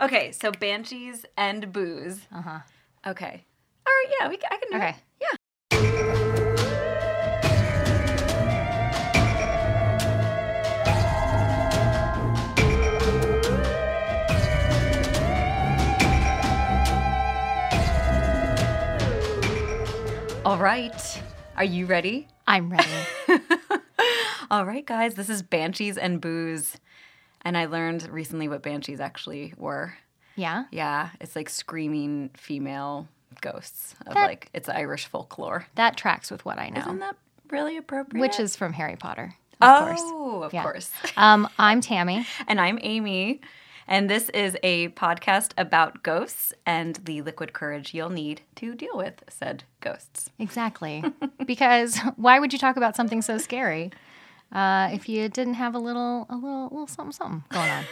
Okay, so banshees and booze. Uh huh. Okay. All right. Yeah, we, c- I can do Okay. it. Yeah. All right. Are you ready? I'm ready. All right, guys. This is banshees and booze, and I learned recently what banshees actually were. yeah. Yeah, it's like screaming female ghosts of That- like it's Irish folklore. That tracks with what I know, Isn't that really appropriate? which is from Harry Potter. of Of course. oh, of Yeah. course. Um, I'm Tammy. And I'm Amy, and this is a podcast about ghosts and the liquid courage you'll need to deal with said ghosts. Exactly. because why would you talk about something so scary uh, if you didn't have a little, a little, little something, something going on?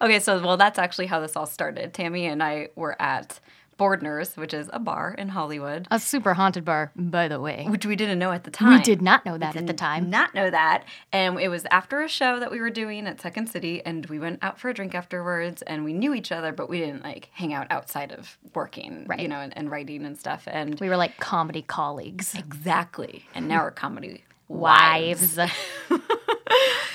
Okay, so well, that's actually how this all started. Tammy and I were at Bordner's, which is a bar in Hollywood, A super haunted bar, by the way. which we didn't know at the time. We did not know that at the time. not know that. And it was after a show that we were doing at Second City, and we went out for a drink afterwards, and we knew each other, but we didn't like hang out outside of working, you Right. know, and, and writing and stuff. And We were like comedy colleagues, exactly. And now we're comedy wives. wives.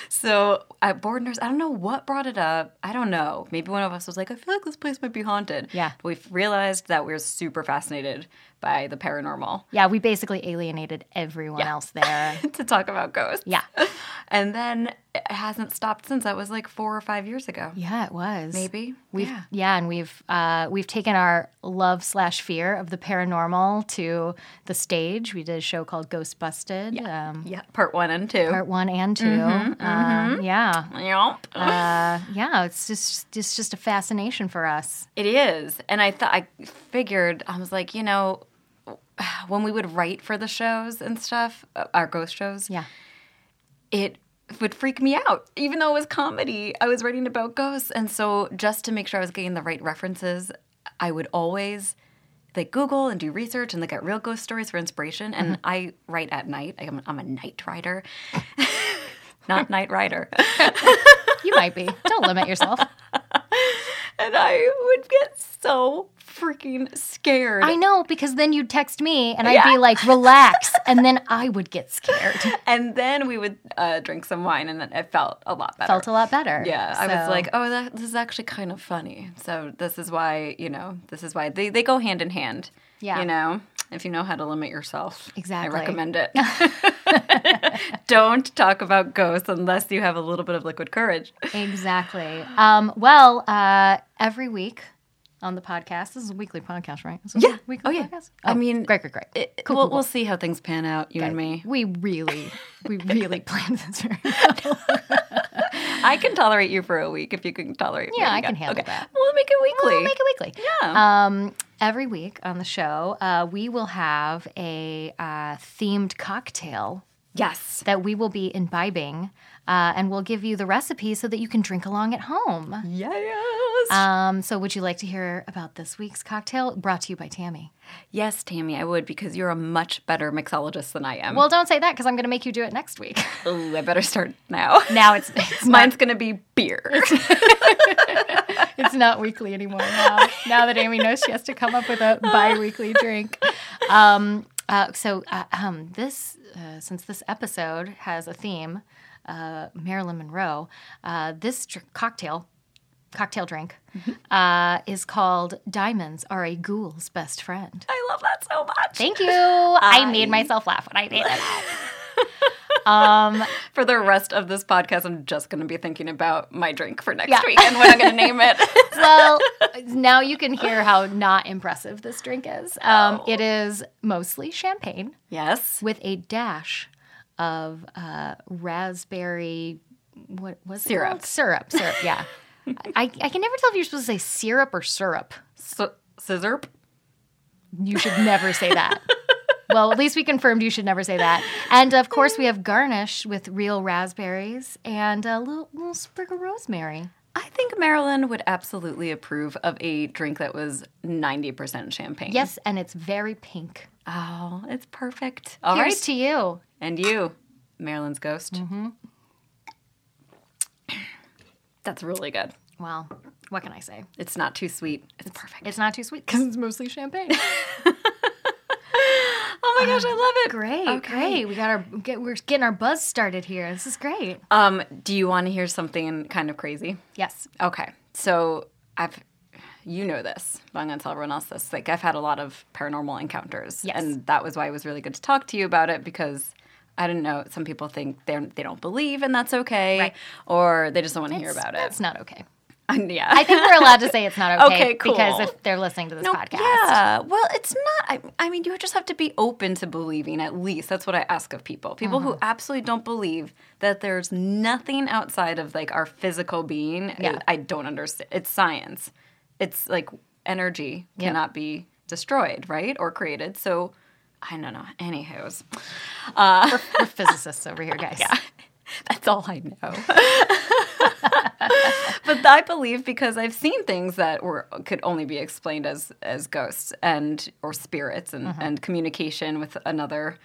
So at Bordner's, I don't know what brought it up. I don't know. Maybe one of us was like, I feel like this place might be haunted. Yeah. But we've realized that we're super fascinated by the paranormal yeah, we basically alienated everyone else there. to talk about ghosts. Yeah. And then it hasn't stopped since. That was like four or five years ago. Yeah, it was. Maybe. We've, yeah. yeah. and we've uh, we've taken our love slash fear of the paranormal to the stage. We did a show called Ghost Busted, um, Yeah. Mm-hmm, Part one and two. part one and 2 Uh, Yeah, Yup. uh, yeah. It's just it's just a fascination for us. It is. And I thought I figured I was like, you know, when we would write for the shows and stuff, uh, our ghost shows, Yeah, it would freak me out. Even though it was comedy, I was writing about ghosts. And so, just to make sure I was getting the right references, I would always like Google and do research and look at real ghost stories for inspiration. And Mm-hmm. I write at night. I'm, I'm a night writer, not night rider. you might be. Don't limit yourself. And I would get so freaking scared. I know because then you'd text me and I'd Yeah. be like, "Relax," and then I would get scared. and then we would uh, drink some wine, and then it felt a lot better. Felt a lot better. Yeah, I was So- like, oh, that, this is actually kind of funny. So this is why, you know, this is why they, they go hand in hand. Yeah. You know, if you know how to limit yourself. Exactly. I recommend it. Don't talk about ghosts unless you have a little bit of liquid courage. Exactly. Um, well, uh, every week on the podcast, this is a weekly podcast, right? This is Yeah. A weekly Oh, yeah. podcast? I mean, great, great, great. It, Cool, we'll, cool, cool. we'll see how things pan out, you and me. We really, we really planned this very well. I can tolerate you for a week if you can tolerate me. Yeah, I You got- can handle okay. that. We'll make it weekly. We'll make it weekly. Yeah. Um, every week on the show, uh, we will have a uh, themed cocktail yes. that we will be imbibing, uh, and we'll give you the recipe so that you can drink along at home. Yes. Um, so, would you like to hear about this week's cocktail brought to you by Tammy? yes, Tammy, I would because you're a much better mixologist than I am. Well, don't say that because I'm going to make you do it next week. Ooh, I better start now. Now it's it's not, Mine's gonna be beer. it's not weekly anymore. Now, now that Amy knows she has to come up with a bi-weekly drink. Um, uh, so uh, um, this uh, since this episode has a theme, uh, Marilyn Monroe. Uh, this dr- cocktail cocktail drink uh, is called Diamonds Are a Ghoul's Best Friend. I love that so much. Thank you. I, made myself laugh when I made it. um, for the rest of this podcast, I'm just gonna be thinking about my drink for next Yeah. week and what I'm gonna name it. well, now you can hear how not impressive this drink is. Um, Oh. It is mostly champagne yes. with a dash of uh, raspberry. What was Syrup. it? called? Syrup. Syrup. Yeah. I, I can never tell if you're supposed to say syrup or syrup. So, scissor. You should never say that. well, at least we confirmed you should never say that. And of course, we have garnish with real raspberries and a little, little sprig of rosemary. I think Marilyn would absolutely approve of a drink that was 90% champagne. Yes, and it's very pink. Oh, it's perfect. All right, Here's to you. And you, Mm-hmm. Marilyn's ghost. That's really good. well, what can I say? It's not too sweet. It's perfect. It's not too sweet because it's mostly champagne. oh my gosh, I love it. Great, Okay. great. We got our get, we're getting our buzz started here. This is great. Um, do you want to hear something kind of crazy? Yes. Okay. So I've, you know this, but I'm going to tell everyone else this. Like, I've had a lot of paranormal encounters. Yes. And that was why it was really good to talk to you about it because I didn't know. Some people think they're, they don't believe and that's okay. Right. Or they just don't want to hear about it. That's not okay. And yeah. I think we're allowed to say it's not okay, Okay, cool. because if they're listening to this No, podcast, Yeah. Well, it's not. I, I mean, you just have to be open to believing, at least. That's what I ask of people. People who Mm-hmm. absolutely don't believe that there's nothing outside of like our physical being. I- Yeah. I, don't understand. It's science. It's like energy Yeah. cannot be destroyed, right? Or created. So I don't know. Anywho's. Uh, we're physicists over here, guys. Yeah. that's all I know. but I believe because I've seen things that were could only be explained as as ghosts and or spirits and, and communication with another.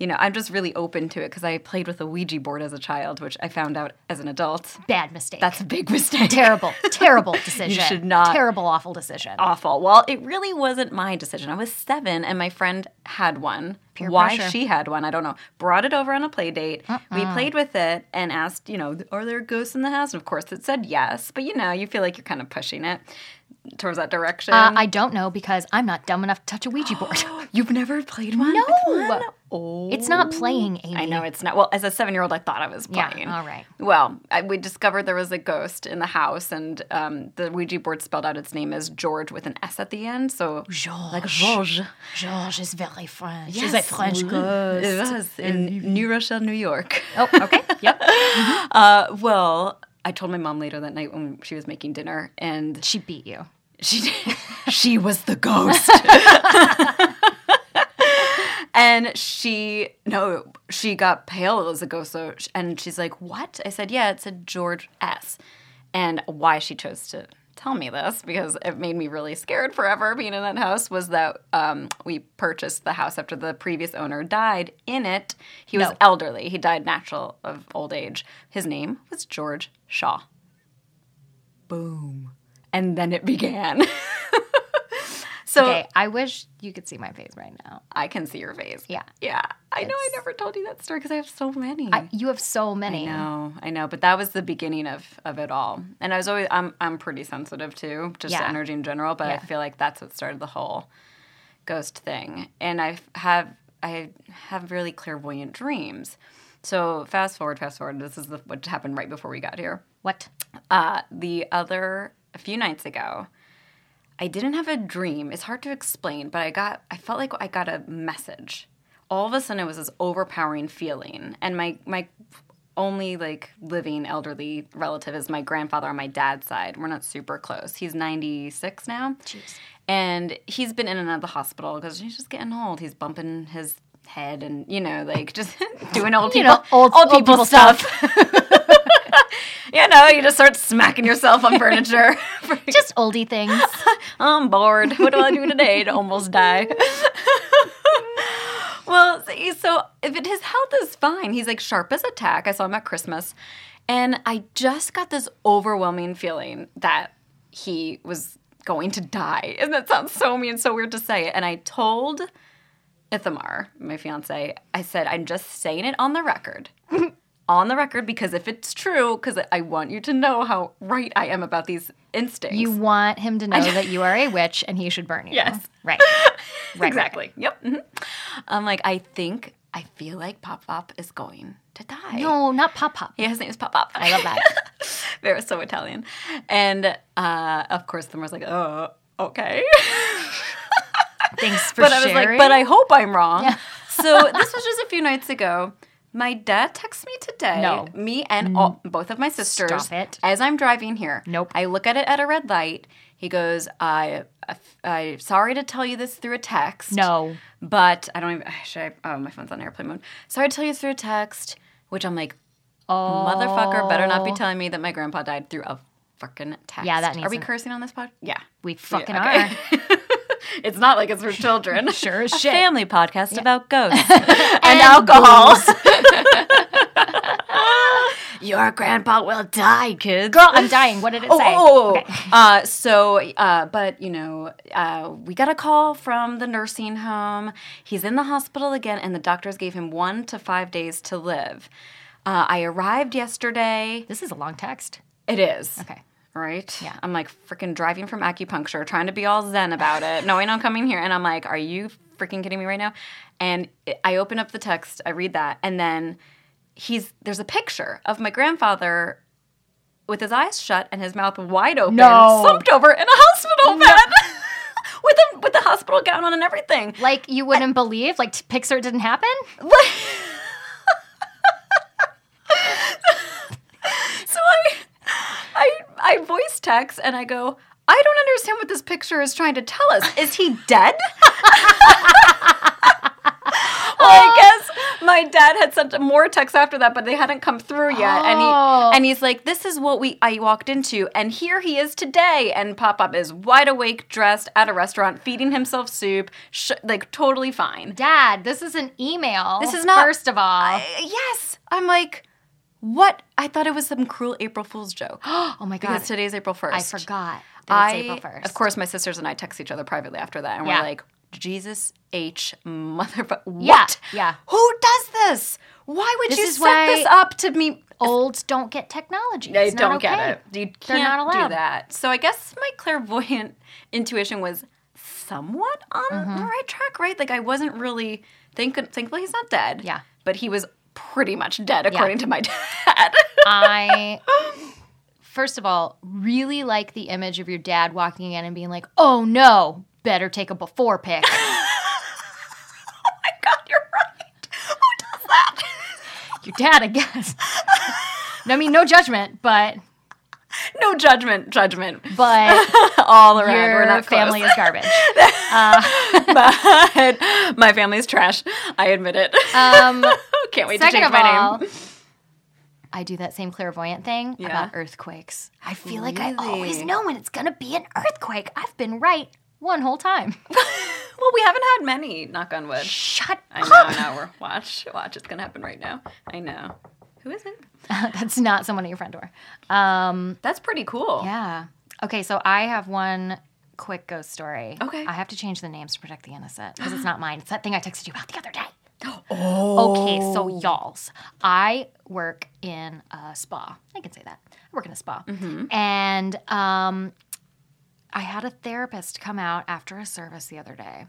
You know, I'm just really open to it because I played with a Ouija board as a child, which I found out as an adult. Bad mistake. That's a big mistake. terrible, terrible decision. should not- Terrible, awful decision. awful. Well, it really wasn't my decision. I was seven, and my friend had one. Peer Why pressure. she had one, I don't know. Brought it over on a play date. We played with it and asked, you know, are there ghosts in the house? And of course, it said yes. But you know, you feel like you're kind of pushing it towards that direction. Uh, I don't know because I'm not dumb enough to touch a Ouija board. You've never played one? No. Oh. It's not playing, Amy. I know it's not. Well, as a seven year old, I thought I was Yeah, playing. all right. Well, I, we discovered there was a ghost in the house, and um, the Ouija board spelled out its name as George with an S at the end. So, George. like George. George is very French. Yes. She's a French ghost. It was in New Rochelle, New York. Oh, okay. Yep. Uh, well, I told my mom later that night when she was making dinner, and She beat you. she she was the ghost. and she no, she got pale as a ghost. So, and she's like, "What?" I said, "Yeah, it's a George S." And why she chose to tell me this because it made me really scared forever being in that house was that um, we purchased the house after the previous owner died in it he was No. elderly he died natural of old age his name was george shaw boom and then it began so Okay. I wish you could see my face right now. i can see your face Yeah. yeah i know i never told you that story because i have so many I, you have so many. no, Mm. I know, but that was the beginning of of it all. And I was always I'm I'm pretty sensitive too, just to Yeah. energy in general, but I Yeah. feel like that's what started the whole ghost thing. And I have I have really clairvoyant dreams. So fast forward, fast forward. This is the, what happened right before we got here. What? Uh, the other a few nights ago, I didn't have a dream. It's hard to explain, but I got I felt like I got a message. All of a sudden it was this overpowering feeling. And my my only like living elderly relative is my grandfather on my dad's side. We're not super close. He's 96 now. Jeez. And he's been in and out of the hospital because he's just getting old. He's bumping his head and you know like just doing old people You know, old- old people stuff. you know, you just start smacking yourself on furniture. Just oldie things. I'm bored. What do I do today to almost die? well, see, so if it, his health is fine, he's like sharp as a tack. I saw him at Christmas, and I just got this overwhelming feeling that he was going to die. And that sounds so mean, so weird to say. And I told Ithamar, my fiance, I said, I'm just saying it on the record. on the record, because if it's true, because I want you to know how right I am about these instincts. You want him to know that you are a witch and he should burn you. Yes. Right. Right. exactly. Yep. mhm. I'm like, I think, I feel like Pop Pop is going to die. No, not Pop Pop. Yeah, his name is Pop Pop. I love that. they were so Italian. And uh, of course, Thimmer's like, oh, okay. Thanks for but I was like, sharing. but I hope I'm wrong. so this was just a few nights ago. My dad texts me today. No. Mm. Me and all, both of my sisters. Stop it. As I'm driving here. Nope. I look at it at a red light. He goes, I, I, I sorry to tell you this through a text. no. But I don't even. Should I? Oh, my phone's on airplane mode. Sorry to tell you through text, which I'm like, motherfucker, better not be telling me that my grandpa died through a fucking text. Yeah, that Are needs we an- cursing on this pod? Yeah. We fucking okay. are. It's not like it's for children. Sure as a shit. family podcast about ghosts and, And alcohol. Your grandpa will die, kids. Girl, I'm dying. What did it Oh, say? oh, oh. Okay. Uh, so, uh, but you know, uh, we got a call from the nursing home. He's in the hospital again, and the doctors gave him one to five days to live. Uh, I arrived yesterday. This is a long text. It is. Okay. Right? Yeah. I'm like freaking driving from acupuncture, trying to be all zen about it, knowing I'm coming here. And I'm like, are you freaking kidding me right now? And it- I open up the text, I read that, and then he's there's a picture of my grandfather with his eyes shut and his mouth wide open, No. slumped over in a hospital bed with a with a hospital gown on and everything. Like you wouldn't believe, like t- Pixar didn't happen. Like- so I, I, I voice text and I go, I don't understand what this picture is trying to tell us. Is he dead? well, I guess my dad had sent more texts after that, but they hadn't come through yet. Oh. And he and he's like, "This is what we I walked into, and here he is today." And Pop Up is wide awake, dressed at a restaurant, feeding himself soup, sh- like totally fine. Dad, this is an email. This is not- First of all, I- Eh, yes. I'm like, what? I thought it was some cruel April Fool's joke. oh my god, because today's April 1st. I forgot. That I, it's April first. Of course, my sisters and I text each other privately after that, and Yeah. we're like, Jesus H motherfucker. Yeah, What? yeah. Who does this? Why would This you is set why- this up to me? Olds don't get technology. I It's not don't okay. get it. You They're can't not allowed. do that. So I guess my clairvoyant intuition was somewhat on Mm-hmm. the right track, right? Like I wasn't really thank thankfully he's not dead. Yeah. But he was pretty much dead according to my dad. Oh I first of all really like the image of your dad walking in and being like, "Oh no, better take a before pic." oh my god, you're right. Who does that? your dad, I guess. I mean, no judgment, but no judgment, judgment. but All around. your we're not family family. is garbage. But my family's trash. I admit it. Um, Can't wait to second change of my all, name. I do that same clairvoyant thing Yeah. about earthquakes. I feel like I always Really? know when it's gonna be an earthquake. I've been right one whole time. Well, we haven't had many, knock on wood. Shut I up. know, I know. We're, watch, watch. It's gonna happen right now. I know. Who is it? That's not someone at your front door. Um, That's pretty cool. Yeah. Okay, so I have one quick ghost story. Okay. I have to change the names to protect the innocent because it's not mine. It's that thing I texted you about the other day. Oh. Okay, so y'all's. I work in a spa. I can say that. I work in a spa. Mm-hmm. And um, I had a therapist come out after a service the other day,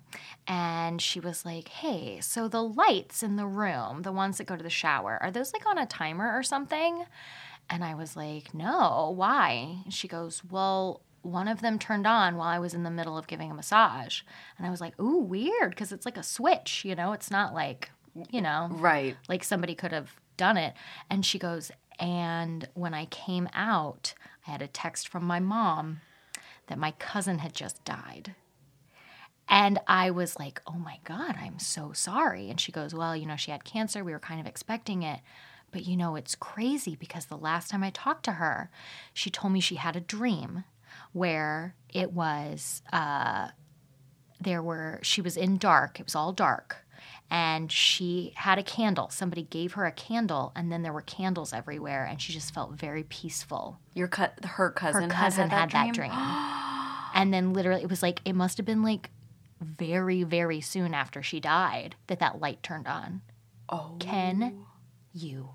and she was like, Hey, so the lights in the room, the ones that go to the shower, are those like on a timer or something? And I was like, No, why? And she goes, Well, one of them turned on while I was in the middle of giving a massage. And I was like, Ooh, weird, because it's like a switch, you know? It's not like, you know, Right. like somebody could have done it. And she goes, and when I came out, I had a text from my mom that my cousin had just died. And I was like, oh my God, I'm so sorry. And she goes, well, you know, she had cancer. We were kind of expecting it. But you know, it's crazy because the last time I talked to her, she told me she had a dream where it was there were she was in dark it was all dark and she had a candle somebody gave her a candle and then there were candles everywhere and she just felt very peaceful Your cut. her cousin. her had cousin had, that, dream, and then literally it was like it must have been like very very soon after she died that that light turned on Oh can you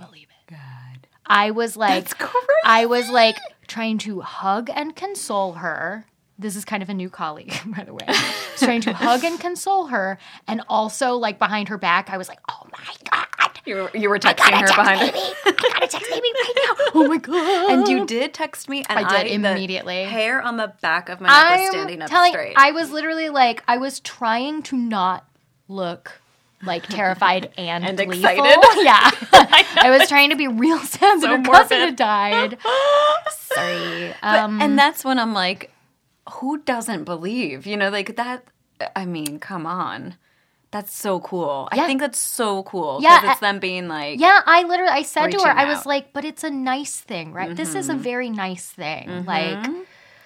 believe it God. i was like That's crazy. I was like trying to hug and console her. This is kind of a new colleague, by the way. I was trying to hug and console her, and also like behind her back, I was like, "Oh my god, You were, you were texting her behind it. baby, I gotta text baby right now." Oh my god! And you did text me, and I did the immediately. hair on the back of my neck was I'm standing up telling. straight. I was literally like, I was trying to not look like terrified and, And gleeful. excited. Yeah, I was trying to be real sad that So her cousin morbid. had died. Sorry. But- Um, and that's when I'm like, who doesn't believe? You know, like that. I mean, come on. That's so cool. Yeah. I think that's so cool. Yeah, Because it's I- them being like, Yeah, I literally I said to her, Reaching I was out. like, but it's a nice thing, right? This is a very nice thing. Like,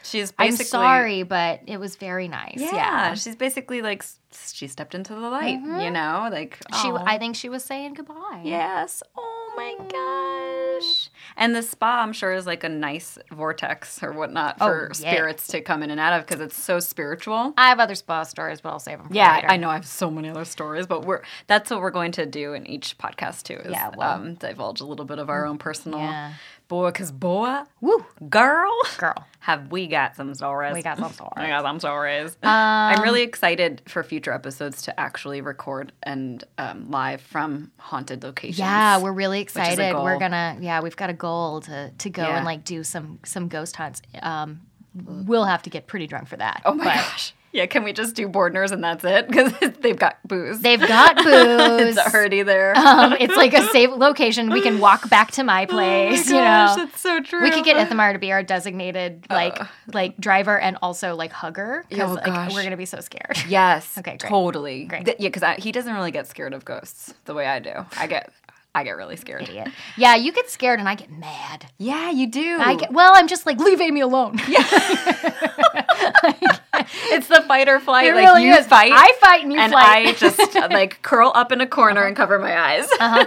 she's I'm Mm-hmm. basically. sorry, but it was very nice. Yeah, Yeah. Mm-hmm. She's basically like, s- she stepped into the light, you know? Like, She aw. I think she was saying goodbye. yes. Oh my God. gosh. And the spa, I'm sure, is like a nice vortex or whatnot for Oh, yeah. spirits to come in and out of because it's so spiritual. I have other spa stories, but I'll save them for Yeah, later. I know I have so many other stories, but we're that's what we're going to do in each podcast too. Is, Yeah, well- Mm, um, divulge a little bit of our own personal Yeah. boa, because boa, Woo, girl, girl. have we got some stories? We got some Um, stories. Oh my God, I'm sorry. I'm really excited for future episodes to actually record and um, live from haunted locations. Yeah, we're really is a excited. We're goal. gonna yeah, we've got a goal to to go Yeah. and like do some some ghost hunts. Um, we'll have to get pretty drunk for that. oh my gosh. Yeah, can we just do Bordners and that's it? Because they've got booze. They've got booze. it's already there. um, it's like a safe location. We can walk back to my place. oh my gosh, you know. that's so true. We could get Ithamar to be our designated like like driver and also like hugger because Oh, like gosh. we're gonna be so scared. Yes. Okay, great. Totally. Great. Th- yeah, because he doesn't really get scared of ghosts the way I do. I get, I get really scared. Idiot. Yeah, you get scared and I get mad. Yeah, you do. I get well. I'm just like leave Amy alone. it's the fight or flight. It like really you is. fight. I fight and you and flight. I just like curl up in a corner and cover my eyes. Uh-huh.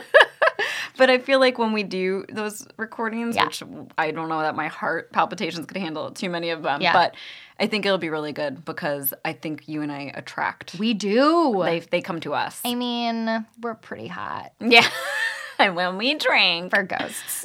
but I feel like when we do those recordings, Yeah. which I don't know that my heart palpitations could handle too many of them, Yeah. but I think it'll be really good because I think you and I attract. we do. they they come to us. I mean, we're pretty hot yeah. and when we drink, for ghosts.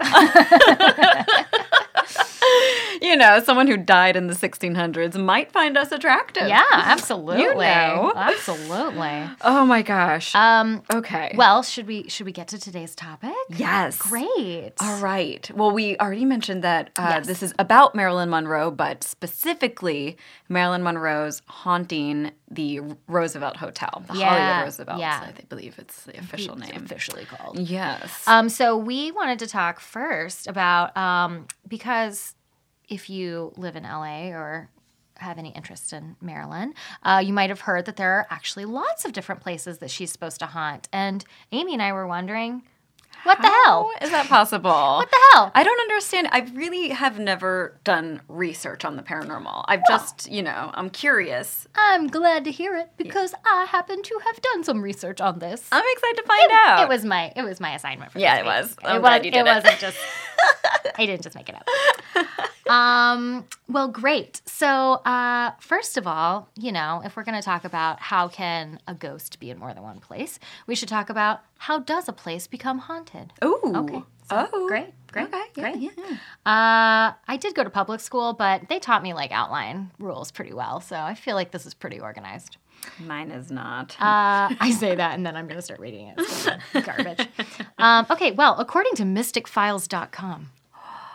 you know, someone who died in the 1600s might find us attractive. yeah, absolutely. know. Absolutely. Oh my gosh. Um, okay. well, should we should we get to today's topic? yes. Great. All right. Well, we already mentioned that uh, Yes. this is about Marilyn Monroe, but specifically Marilyn Monroe's haunting the Roosevelt Hotel, the Yeah, Hollywood Roosevelt. yeah. I th- believe it's the official It's name. officially called. Yes. Um, so we wanted to talk first about um, because if you live in LA or have any interest in Maryland, uh, you might have heard that there are actually lots of different places that she's supposed to haunt. And Amy and I were wondering, what the hell? How is that possible? What the hell? I don't understand. I really have never done research on the paranormal. I've just, you know, I'm curious. I'm glad to hear it because I happen to have done some research on this. I'm excited to find out. It was my it was my assignment for Yeah, this it week. was. I'm glad you did it. wasn't just I didn't just make it up. Um, well, great. So, uh, first of all, you know, if we're going to talk about how can a ghost be in more than one place, we should talk about how does a place become haunted. Ooh. Okay. So, oh. great, great, Okay. yeah, great. Yeah, yeah. Uh, I did go to public school, but they taught me like outline rules pretty well, so I feel like this is pretty organized. Mine is not. Uh, I say that, and then I'm going to start reading it. It's gonna be garbage. Um, okay, well, according to mysticfiles.com,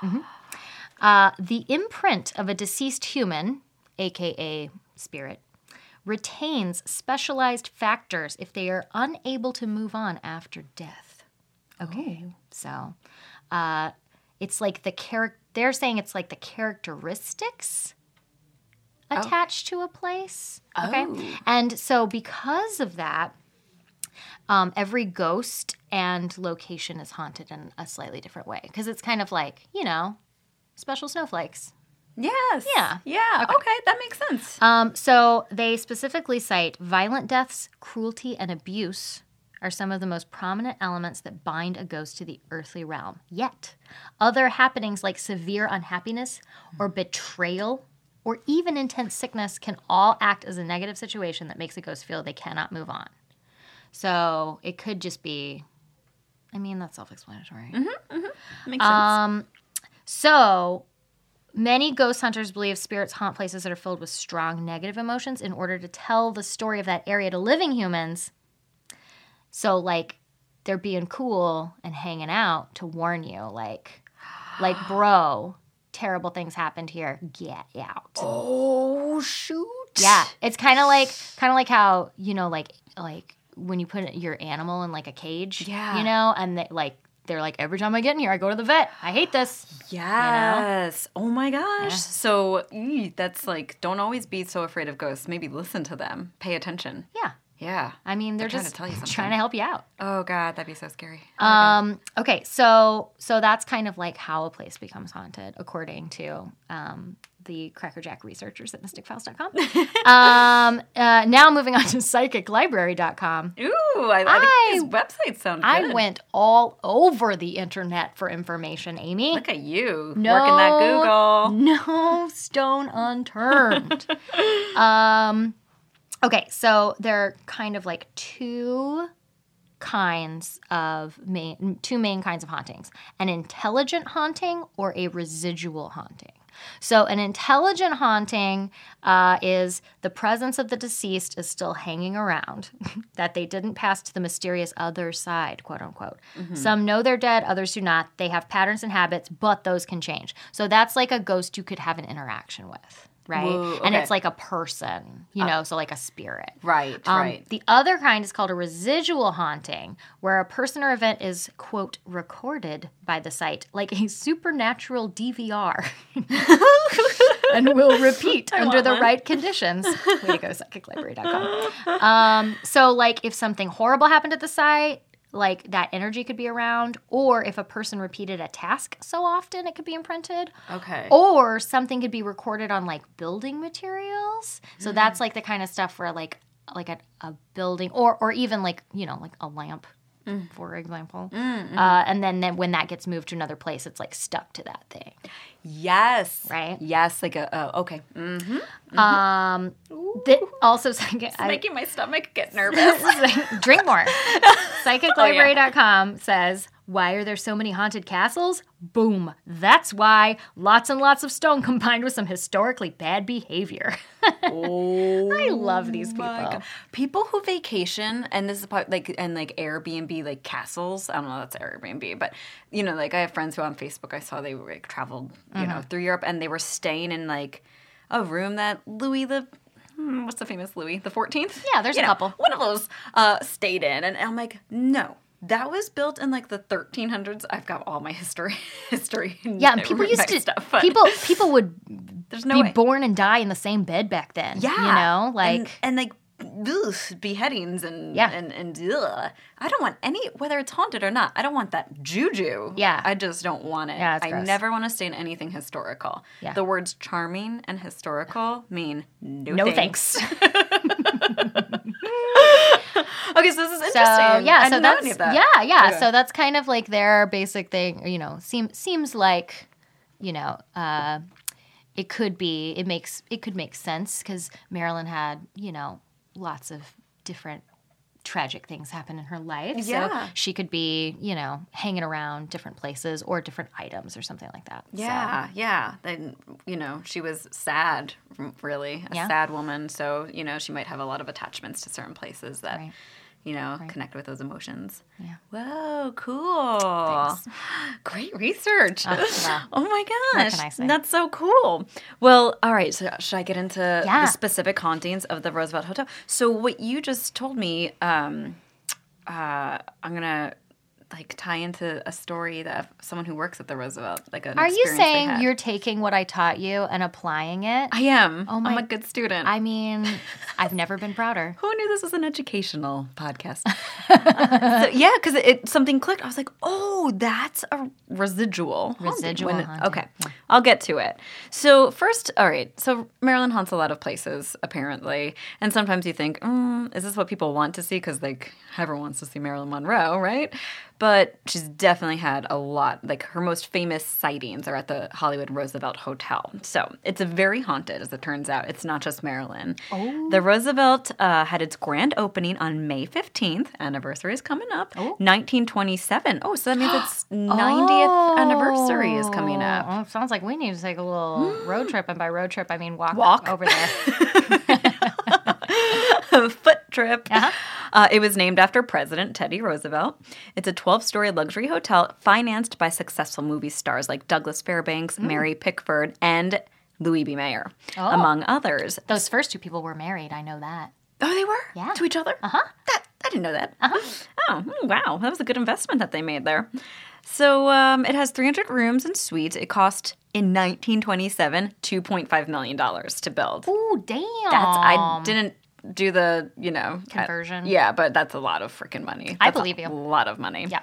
mhm, uh, the imprint of a deceased human, aka spirit, retains specialized factors if they are unable to move on after death. Okay, so uh, it's like the character. They're saying it's like the characteristics attached to a place. Okay. Oh. And so, because of that, um, every ghost and location is haunted in a slightly different way. Because it's kind of like, you know, special snowflakes. yes. yeah. Yeah. Okay. That makes sense. Um, so, they specifically cite violent deaths, cruelty, and abuse are some of the most prominent elements that bind a ghost to the earthly realm. Yet, other happenings like severe unhappiness or betrayal or even intense sickness can all act as a negative situation that makes a ghost feel they cannot move on. So it could just be, I mean, that's self explanatory. Makes Um, sense. So many ghost hunters believe spirits haunt places that are filled with strong negative emotions in order to tell the story of that area to living humans. So, like, they're being cool and hanging out to warn you, like, like, bro, terrible things happened here. Get out. Oh shoot. Yeah, it's kind of like kind of like how you know, like like when you put your animal in like a cage. Yeah. you know, and they, like they're like every time I get in here, I go to the vet. I hate this. Yes. Oh my gosh. So ee, that's like don't always be so afraid of ghosts. Maybe listen to them. Pay attention. Yeah, Yeah. I mean they're, They're trying just to tell you something. trying to help you out. Oh god, that'd be so scary. Um, okay, so so that's kind of like how a place becomes haunted, according to um, the Cracker Jack researchers at mysticfiles.com. um, uh, now moving on to psychiclibrary.com. Ooh, I, I think these websites sound good. I went all over the internet for information, Amy. Look at you No, working that Google. No stone unturned. um, okay, so there are kind of like two kinds of main, two main kinds of hauntings: an intelligent haunting or a residual haunting. So, an intelligent haunting uh, is the presence of the deceased is still hanging around, that they didn't pass to the mysterious other side, quote unquote. Some know they're dead, others do not. They have patterns and habits, but those can change. So, that's like a ghost you could have an interaction with, right? Whoa, And okay. it's like a person, you know, so like a spirit. Ah. Right, Um, right. The other kind is called a residual haunting, where a person or event is, quote, recorded by the site, like a supernatural DVR, and will repeat under want the one. right conditions. Way to go, psychiclibrary.com. Um, so, like, if something horrible happened at the site, like that energy could be around, or if a person repeated a task so often, it could be imprinted, Okay. Oh. or something could be recorded on like building materials so that's like the kind of stuff where like like a, a building or or even like you know like a lamp for example uh, and then, then when that gets moved to another place it's like stuck to that thing Yes. Right? Yes, like a, oh, okay. Mm. um thi- also psychic I- Making my stomach get nervous. drink more psychiclibrary.com says why are there so many haunted castles boom that's why lots and lots of stone combined with some historically bad behavior oh. i love these people my God. People who vacation, and this is part, like and like Airbnb, like castles. I don't know, that's Airbnb, but you know, like I have friends who on Facebook I saw they were like traveled, you Mm-hmm. know, through Europe, and they were staying in like a room that Louis the. hmm, What's the famous Louis the Fourteenth? Yeah, there's a couple. One of those uh, stayed in, and I'm like, no, that was built in like the 1300s. I've got all my history, history. Yeah, and people used to stuff, but people people would There's no be way. born and die in the same bed back then. Yeah, you know, And- like and, like ugh, beheadings and Yeah. and and ugh. I don't want any whether it's haunted or not. I don't want that juju. Yeah. I just don't want it. Yeah, it's I gross. never want to stay in anything historical. Yeah. The words charming and historical mean no, no thanks. Okay, so this is So interesting. yeah, I so didn't know that's any of that. yeah, yeah. Okay. So that's kind of like their basic thing. You know, seems seems like you know. Uh, it could be. It makes it could make sense because Marilyn had you know lots of different tragic things happen in her life. Yeah. So she could be you know hanging around different places or different items or something like that. So- Yeah, yeah. Then you know she was sad, r- really a Yeah. sad woman. So you know she might have a lot of attachments to certain places that Right. you know connect with those emotions. Yeah. Whoa, cool! Great research. Oh, yeah. Oh my gosh, can I say? that's so cool. Well, all right. So should I get into Yeah. the specific hauntings of the Roosevelt Hotel? So what you just told me, um, uh, I'm gonna. Like tie into a story that someone who works at the Roosevelt, like an Are you experience they saying had. you're taking what I taught you and applying it? I am. Oh my- I'm a good student. I mean, I've never been prouder. Who knew this was an educational podcast? so, yeah, because it, it- something clicked. I was like, oh, that's a residual. haunting. Residual When it- haunting, Okay, I'll get to it. So first, all right. So Marilyn haunts a lot of places apparently, and sometimes you think, mm, is this what people want to see? Because like everyone wants to see Marilyn Monroe, right? But she's definitely had a lot. Like her most famous sightings are at the Hollywood Roosevelt Hotel. So it's a very haunted, as it turns out. It's not just Marilyn. The Roosevelt uh, had its grand opening on May 15th. Anniversary is coming up. 1927. Oh, so that means its 90th anniversary is coming up. Oh, well, it sounds like we need to take a little road trip, and by road trip I mean walk, Walk. over there. foot trip. uh it was named after President Teddy Roosevelt. It's a 12 story luxury hotel financed by successful movie stars like Douglas Fairbanks, Mary Pickford, and Louis B. Mayer, among others. Those first two people were married. I know that. Oh, they were? Yeah. To each other? Uh huh. That, I didn't know that. Uh-huh. Oh, mm, wow. That was a good investment that they made there. So um, it has 300 rooms and suites. It cost. In 1927, $2.5 million to build. Oh, damn. That's I didn't do the you know I- Conversion. yeah, but that's a lot of freaking money. I That's believe a you. lot of money. Yeah.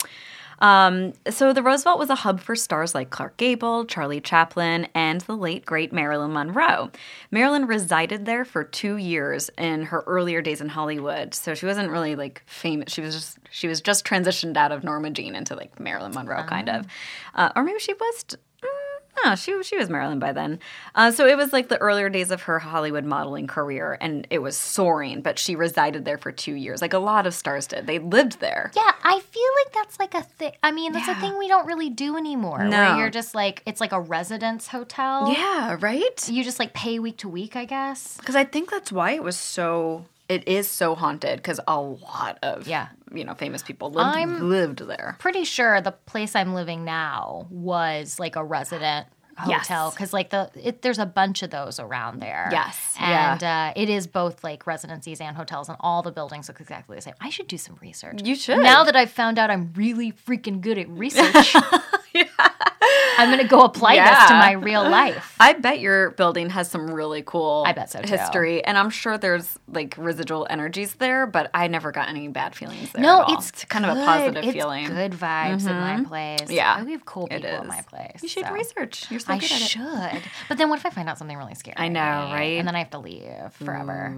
Um, so the Roosevelt was a hub for stars like Clark Gable, Charlie Chaplin, and the late great Marilyn Monroe. Marilyn resided there for two years in her earlier days in Hollywood, so she wasn't really like famous. She was just she was just transitioned out of Norma Jean into like Marilyn Monroe, kind of, uh, or maybe she was. t- mm, no, she she was Marilyn by then. Uh, so it was like the earlier days of her Hollywood modeling career, and it was soaring. But she resided there for two years, like a lot of stars did. They lived there. Yeah, I feel like that's like a thing. I mean, that's Yeah. a thing we don't really do anymore. No. Where you're just like, it's like a residence hotel. Yeah, right. You just like pay week to week, I guess. Because I think that's why it was so. It is so haunted because a lot of Yeah. you know famous people lived I'm- lived there. Pretty sure the place I'm living now was like a resident Yes. hotel because like the it, there's a bunch of those around there. Yes, and uh, it is both like residencies and hotels, and all the buildings look exactly the same. I should do some research. You should. Now that I've found out I'm really freaking good at research, I'm gonna go apply this to Yeah. my real life. I bet your building has some really cool I bet so, too. history, and I'm sure there's like residual energies there, but I never got any bad feelings there. No, at all. it's, kind of a good. positive It's feeling. Mm-hmm. Good vibes in my place. Yeah, we have cool it people at is. my place. You should so. research. You're so I good at it. should, but then what if I find out something really scary? I know, right? And then I have to leave forever.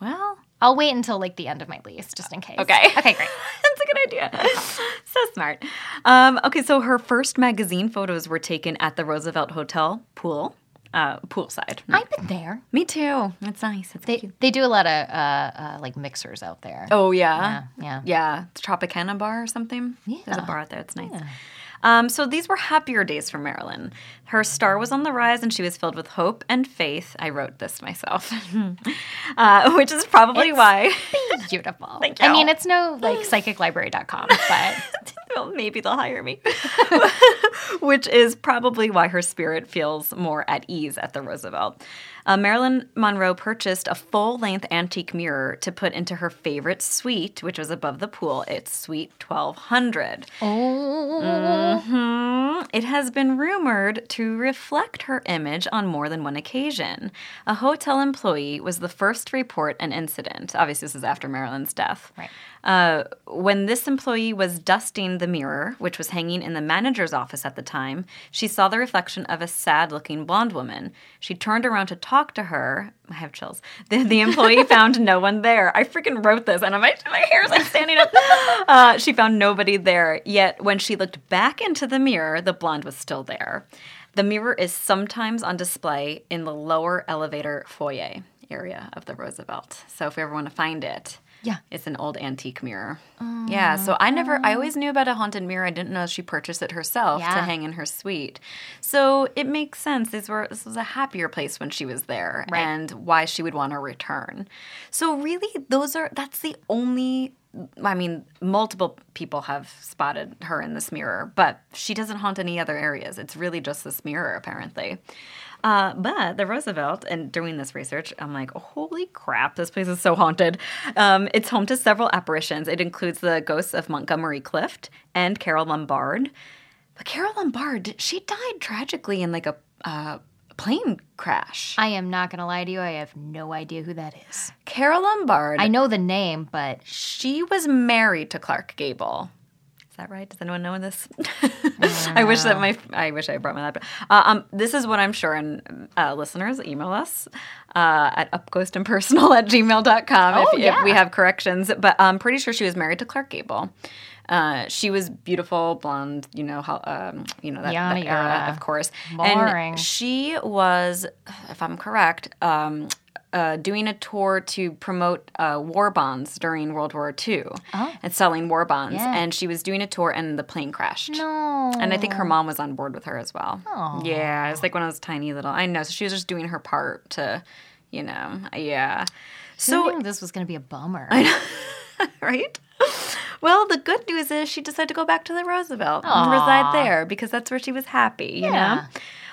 Well, I'll wait until like the end of my lease, just in case. Okay. Okay, great. That's a good idea. So smart. Um, okay, so her first magazine photos were taken at the Roosevelt Hotel pool, uh, poolside. I've been there. Me too. It's nice. It's They cute. they do a lot of uh, uh, like mixers out there. Oh yeah. Yeah, yeah. Yeah, it's Tropicana Bar or something. There's a Yeah. bar out there. It's nice. Um, so these were happier days for Marilyn. Her star was on the rise and she was filled with hope and faith. I wrote this myself, uh, which is probably why. Beautiful. Thank I you. mean, it's no like psychiclibrary.com, but well, maybe they'll hire me. Which is probably why her spirit feels more at ease at the Roosevelt. Uh, Marilyn Monroe purchased a full length antique mirror to put into her favorite suite, which was above the pool. It's Suite 1200. oh, Mm. Hmm, It has been rumored to reflect her image on more than one occasion. A hotel employee was the first to report an incident. Obviously, this is after Marilyn's death. Right. Uh, when this employee was dusting the mirror, which was hanging in the manager's office at the time, she saw the reflection of a sad looking blonde woman. She turned around to talk to her. I have chills. The, the employee found no one there. I freaking wrote this, and my, my hair is like standing up. Uh, she found nobody there. Yet when she looked back into the mirror, the blonde was still there. The mirror is sometimes on display in the lower elevator foyer area of the Roosevelt. So if we ever want to find it, Yeah. it's an old antique mirror. Yeah, so I never, I always knew about a haunted mirror. I didn't know she purchased it herself to Yeah. hang in her suite. So it makes sense. These were, this was a happier place when she was there Right. and why she would want to return. So really, those are, that's the only, I mean, multiple people have spotted her in this mirror, but she doesn't haunt any other areas. It's really just this mirror, apparently. Uh, but the Roosevelt, and doing this research, I'm like, holy crap, this place is so haunted. Um, it's home to several apparitions. It includes the ghosts of Montgomery Clift and Carol Lombard. But Carol Lombard, she died tragically in like a uh, plane crash. I am not gonna lie to you. I have no idea who that is. Carol Lombard, I know the name, but she was married to Clark Gable. Is that right? Does anyone know this? I wish that my I wish I brought my laptop. Uh, um, this is what I'm sure, and uh, listeners, email us uh, at upghostimpersonal at gmail.com Oh, if, yeah. if we have corrections. But I'm pretty sure she was married to Clark Gable. Uh, she was beautiful, blonde, you know how um, you know that, Yada, that era, yada. of course. Boring. And she was, if I'm correct, um, uh, doing a tour to promote uh, war bonds during World War II and selling war bonds. Oh. Yeah. And she was doing a tour, and the plane crashed. no. And I think her mom was on board with her as well. Yeah, it's like when I was tiny little. I know. So she was just doing her part to, you know, yeah. Who So knew this was gonna be a bummer? right? Well, the good news is she decided to go back to the Roosevelt and reside there because that's where she was happy, you know? Yeah.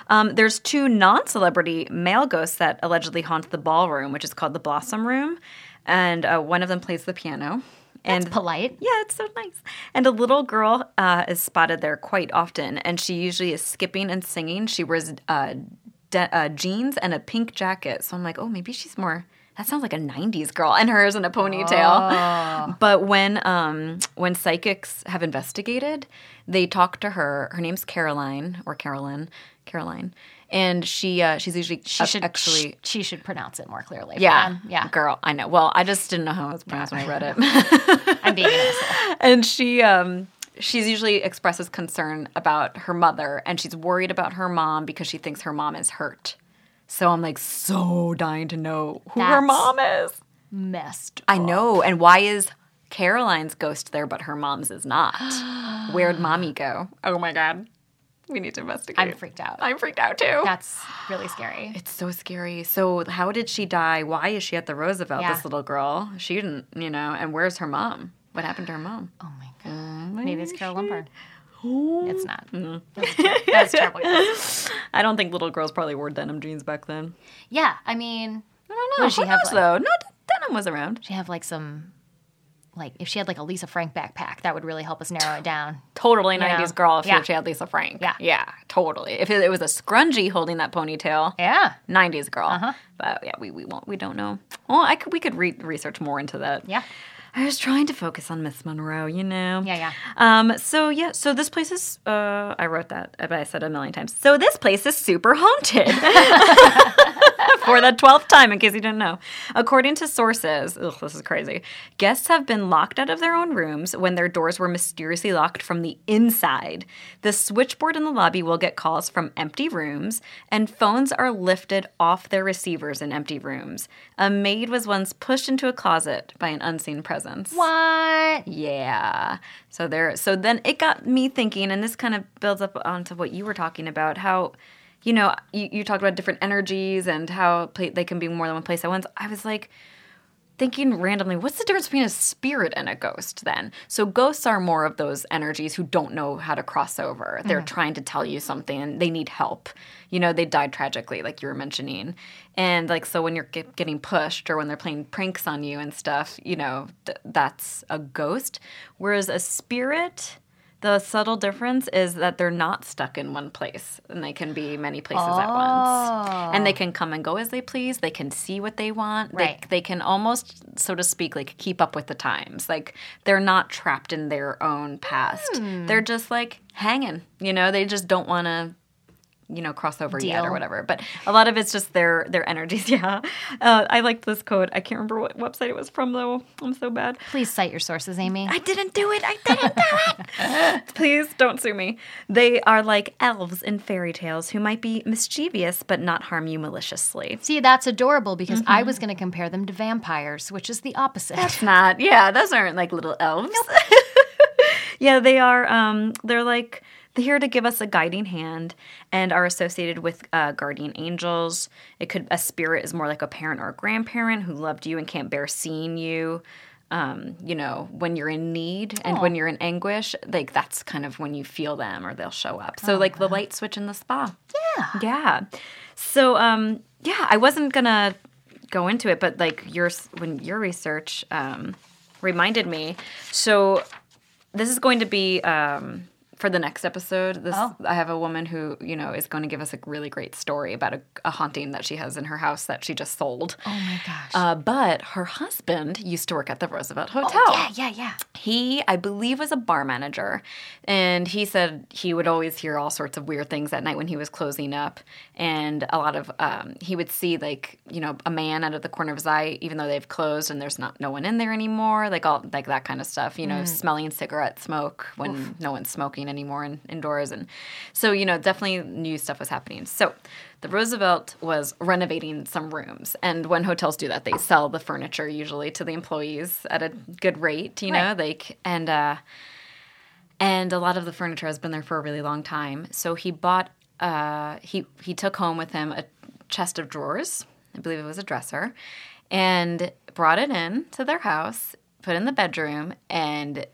Um, there's two non celebrity male ghosts that allegedly haunt the ballroom, which is called the Blossom Room. And uh, one of them plays the piano. And Polite. yeah, it's so nice. And a little girl uh, is spotted there quite often, and she usually is skipping and singing. She wears uh, de- uh, jeans and a pink jacket, so I'm like, oh, maybe she's more that sounds like a 90s girl and hers in a ponytail Ah. but when um, when psychics have investigated they talk to her her name's caroline or carolyn caroline and she uh, she's usually She uh, should actually sh- she should pronounce it more clearly. for yeah them. yeah. girl i know well i just didn't know how it was pronounced when i read it I'm being an asshole. and she um she's usually expresses concern about her mother and she's worried about her mom because she thinks her mom is hurt so i'm like so dying to know who her That's- mom is messed. i know and why is caroline's ghost there but her mom's is not where'd mommy go oh my god we need to investigate I'm freaked out. i'm freaked out too That's really scary. it's so scary. So, how did she die? Why is she at the Roosevelt, Yeah. this little girl? She didn't, you know, and where's her mom? What happened to her mom? Oh my god. Maybe it's Carol Lombard. It's not. That's terrible. I don't think little girls probably wore denim jeans back then. Yeah, I mean, I don't know. Would she Who have, knows, like- though? No, d- denim was around. she have like some, like if she had like a Lisa Frank backpack, that would really help us narrow it down. Totally know? 90s girl if Yeah. she had Lisa Frank. Yeah. Yeah, totally. If it, it was a scrungie holding that ponytail, Yeah, 90s girl. But yeah, we, we won't, we don't know. Well, I could, we could re- research more into that. yeah, I was trying to focus on Miss Monroe, you know? yeah, yeah. Um, so yeah, so this place is uh I wrote that, but I said it a million times. So this place is super haunted. For the 12th time, in case you didn't know. According to sources, ugh, this is crazy. Guests have been locked out of their own rooms when their doors were mysteriously locked from the inside. The switchboard in the lobby will get calls from empty rooms, and phones are lifted off their receivers in empty rooms. A maid was once pushed into a closet by an unseen presence. What? Yeah. So there so then it got me thinking and this kind of builds up onto what you were talking about how you know you, you talked about different energies and how pla they can be more than one place at once. I was like thinking randomly what's the difference between a spirit and a ghost then? So ghosts are more of those energies who don't know how to cross over. They're trying to tell you something and they need help. You know, they died tragically like you were mentioning. And like so when you're get, getting pushed or when they're playing pranks on you and stuff, you know, th- that's a ghost whereas a spirit the subtle difference is that they're not stuck in one place and they can be many places at once. And they can come and go as they please. They can see what they want. They, Right. they can almost, so to speak, like keep up with the times. Like they're not trapped in their own past. They're just like hanging, you know, they just don't want to you know cross over yet or Deal. whatever but a lot of it's just their their energies yeah uh, i liked this quote i can't remember what website it was from though i'm so bad Please cite your sources, Amy. I didn't do it. I didn't do it. Please don't sue me. They are like elves in fairy tales who might be mischievous but not harm you maliciously. See, that's adorable because I was going to compare them to vampires, which is the opposite. It's not. Yeah, those aren't like little elves. yeah, they are. Um, they're like they're here to give us a guiding hand and are associated with uh, guardian angels. It could a spirit is more like a parent or a grandparent who loved you and can't bear seeing you. Um, you know, when you're in need and when you're in anguish, like that's kind of when you feel them or they'll show up. So like the light switch in the spa. Yeah. Yeah. So um yeah, I wasn't gonna go into it, but like your when your research um, reminded me. So this is going to be um, for the next episode. This Oh. I have a woman who you know is going to give us a really great story about a, a haunting that she has in her house that she just sold. oh my gosh. Uh, but her husband used to work at the Roosevelt Hotel Oh, Yeah, yeah, yeah. he i believe was a bar manager and he said he would always hear all sorts of weird things at night when he was closing up and a lot of um, he would see like you know a man out of the corner of his eye even though they've closed and there's not no one in there anymore like all like that kind of stuff you know smelling cigarette smoke when no one's smoking anymore in, indoors and so you know definitely new stuff was happening so the Roosevelt was renovating some rooms. And when hotels do that, they sell the furniture usually to the employees at a good rate, you know, Right. like and uh and a lot of the furniture has been there for a really long time. So he bought uh he he took home with him a chest of drawers. I believe it was a dresser and brought it in to their house, put it in the bedroom and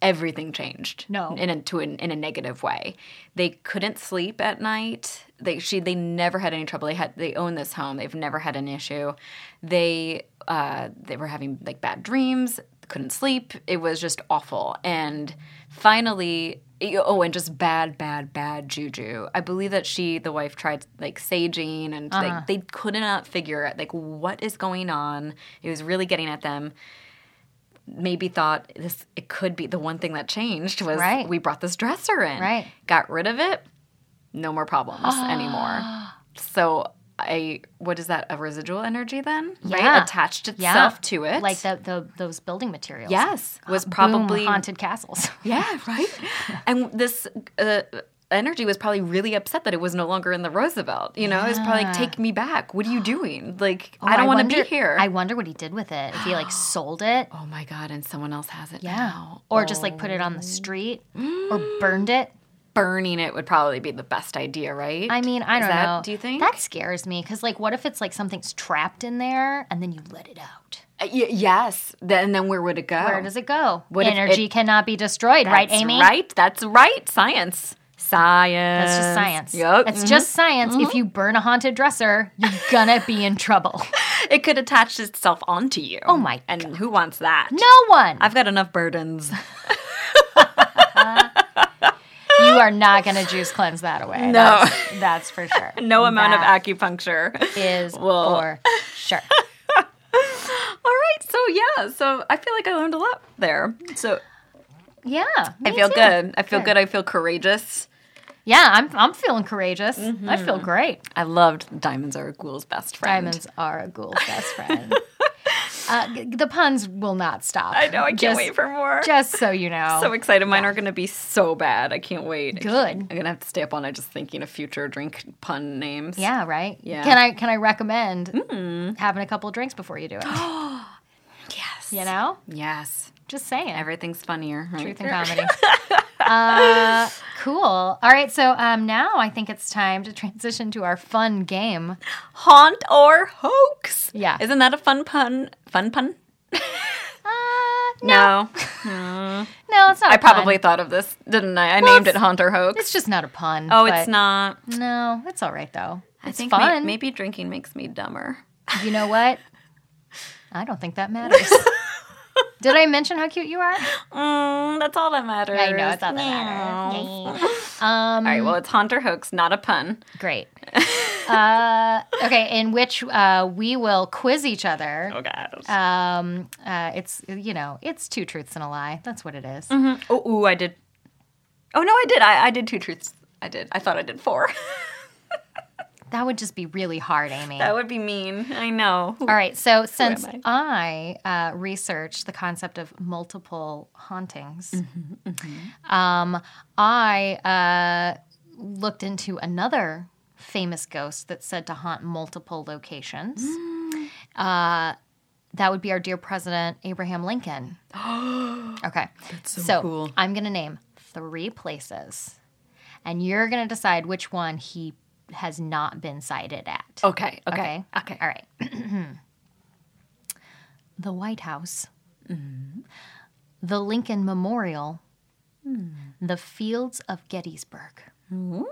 everything changed. No. in a, to an, in a negative way. They couldn't sleep at night. They she they never had any trouble. They had they own this home. They've never had an issue. They uh, they were having like bad dreams. Couldn't sleep. It was just awful. And finally. oh, and just bad, bad, bad juju. I believe that she, the wife, tried like saging, and they, they could not figure out like what is going on. It was really getting at them. Maybe thought this it could be the one thing that changed was Right. we brought this dresser in, Right. Got rid of it, no more problems anymore. So. I what is that a residual energy then? Yeah. Right, attached Yeah. itself to it. like the, the those building materials. yes, was Boom, probably haunted castles. yeah, right. and this uh, energy was probably really upset that it was no longer in the Roosevelt. You know, it was probably like, take me back. What are you doing? Like, I don't want to be wonder- here. Oh, I wonder what he did with it. If he like sold it, oh my god! And someone else has it yeah, now. or just like put it on the street or burned it. Burning it would probably be the best idea, right? I mean, I Is don't that- know. Do you think? that scares me? Because like, what if it's like something's trapped in there and then you let it out? Uh, y- yes. Then then where would it go? Where does it go? Oh. What if Energy cannot be destroyed, right, That's Amy? Right. That's right. Science. Science. That's just science. Yep. It's just science. Mm-hmm. If you burn a haunted dresser, you're gonna be in trouble. It could attach itself onto you. Oh my And who wants that? No one. I've got enough burdens. You are not gonna juice cleanse that away. No, that's, that's for sure. No amount That- of acupuncture. is Well- for sure. All right. So yeah. So I feel like I learned a lot there. So Yeah, I me feel too. good. I feel good. I feel courageous. Yeah, I'm I'm feeling courageous. I feel Mm-hmm. great. I loved diamonds are a ghoul's best friend. Diamonds are a ghoul's best friend. uh, g- the puns will not stop. I know. I can't just, wait for more. Just so you know, so excited. Mine are going to be so bad. I can't wait. I can't- Oh, good. I'm gonna have to stay up all night just thinking of future drink pun names. Yeah, right. Yeah. Mm. Can I can I recommend having a couple of drinks before you do it? Yes. You know, Yes. just saying. Everything's funnier. Right? Truth and comedy. uh, cool. All right. So um, now I think it's time to transition to our fun game. Haunt or hoax. Yeah. Isn't that a fun pun? Fun pun? Uh, No. no, it's not. I a pun. probably thought of this, didn't I? I named it it's- haunt or hoax. It's just not a pun. Oh, but- it's not. No, it's all right though. I It's think may- fun. maybe drinking makes me dumber. You know what? I don't think that matters. Did I mention how cute you are? Mm, that's all that matters. I know it's all that No. matters. All Um, right, well, it's haunter hoax, not a pun. great. Uh, okay, in which uh, we will quiz each other. Oh, gosh. Um, uh, it's you know, it's two truths and a lie. That's what it is. oh, ooh, I did. Oh, no, I did. I, I did two truths. I did. I thought I did four. That would just be really hard, Amy. that would be mean. I know. All right, so since am I, uh, researched the concept of multiple hauntings, Um, I uh, looked into another famous ghost that's said to haunt multiple locations. Uh, that would be our dear president, Abraham Lincoln. okay. so cool. I'm going to name three places, and you're going to decide which one he has not been sighted at. Okay, okay, okay. Okay. All right. the White House. Mm-hmm. The Lincoln Memorial. Hmm. The Fields of Gettysburg. Hmm.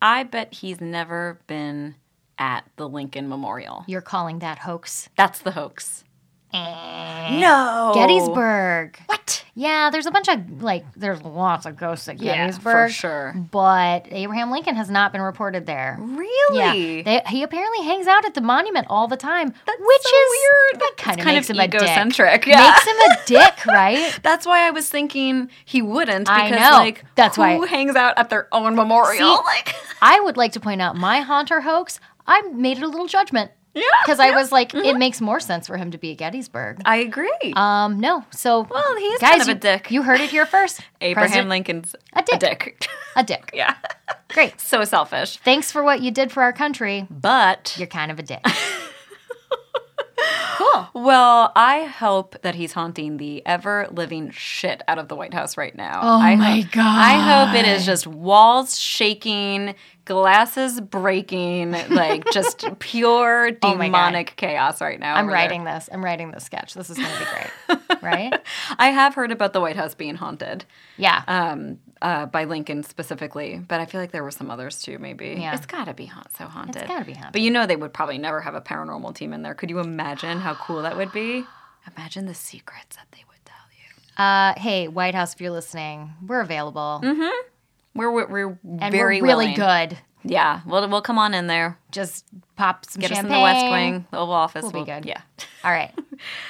I bet he's never been at the Lincoln Memorial. You're calling that hoax? That's the hoax. No. Gettysburg. What? Yeah, there's a bunch of like there's lots of ghosts at Yeah, Gettysburg. for sure. But Abraham Lincoln has not been reported there. Really? Yeah, they, he apparently hangs out at the monument all the time, That's which so is weird. That That's kind of kind makes of him a dick. egocentric. Yeah. Makes him a dick, right? That's why I was thinking he wouldn't because I know. like That's who why- hangs out at their own memorial? See? like I would like to point out my haunter hoax. I made it a little judgment. Yeah, Mm-hmm. Because I was like, it makes more sense for him to be at Gettysburg. I agree. Um, no. So, Well, he is guys, kind of a you- dick. You heard it here first. Abraham President- Lincoln's a dick. A dick. A dick. yeah. Great. So selfish. Thanks for what you did for our country. But You're kind of a dick. cool. well, I hope that he's haunting the ever living shit out of the White House right now. Oh I my hope, I hope it is just walls shaking, glasses breaking, like just pure Oh my God. demonic chaos right now. I'm over there. writing this. I'm writing this sketch. This is going to be great. Right? I have heard about the White House being haunted. Yeah. um, uh, by Lincoln specifically, but I feel like there were some others too. Maybe Yeah. it's got to be haunt, so haunted. gotta be haunted. But you know, they would probably never have a paranormal team in there. Could you imagine how cool that would be? Imagine the secrets that they would tell you. Uh, hey, White House, if you're listening, we're available We're we're, we're and Mm-hmm. very we're really willing. good. Yeah, we'll we'll come on in there. Just pop some Get champagne. us in the West Wing, the Oval Office. We'll be good. Yeah. All right.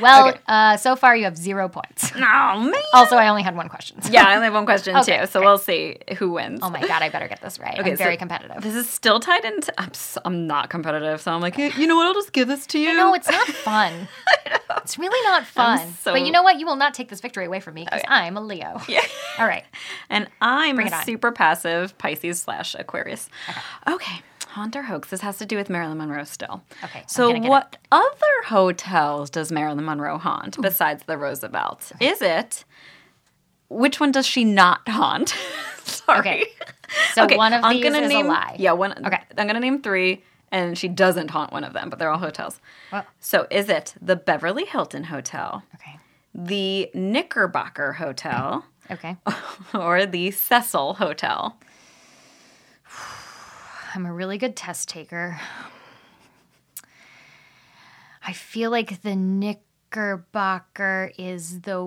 Well, Okay. uh, so far you have zero points. Oh man. Also, I only had one question. so- Yeah, I only have one question Okay, too, so we'll see who wins. Oh my god, I better get this right. Okay, I'm so- very competitive. This is still tied into. I'm, s am not competitive, so I'm like, "Yeah, you know what? I'll just give this to you. No, it's not fun. It's really not fun. so- But you know what? You will not take this victory away from me because I'm a Leo. Yeah. All right. And I'm it on. a super passive Pisces slash Aquarius. Okay. Haunt or hoax. This has to do with Marilyn Monroe still. Okay, I'm So, gonna get what other hotels does Marilyn Monroe haunt besides the Roosevelt? Is it? Which one does she not haunt? Sorry. Okay. So one of these is name, a lie. Yeah, one. Okay. Okay. I'm gonna name three, and she doesn't haunt one of them, but they're all hotels. Well, So, is it the Beverly Hilton Hotel, okay. the Knickerbocker Hotel, Okay. or the Cecil Hotel? I'm a really good test taker. I feel like the Knickerbocker is the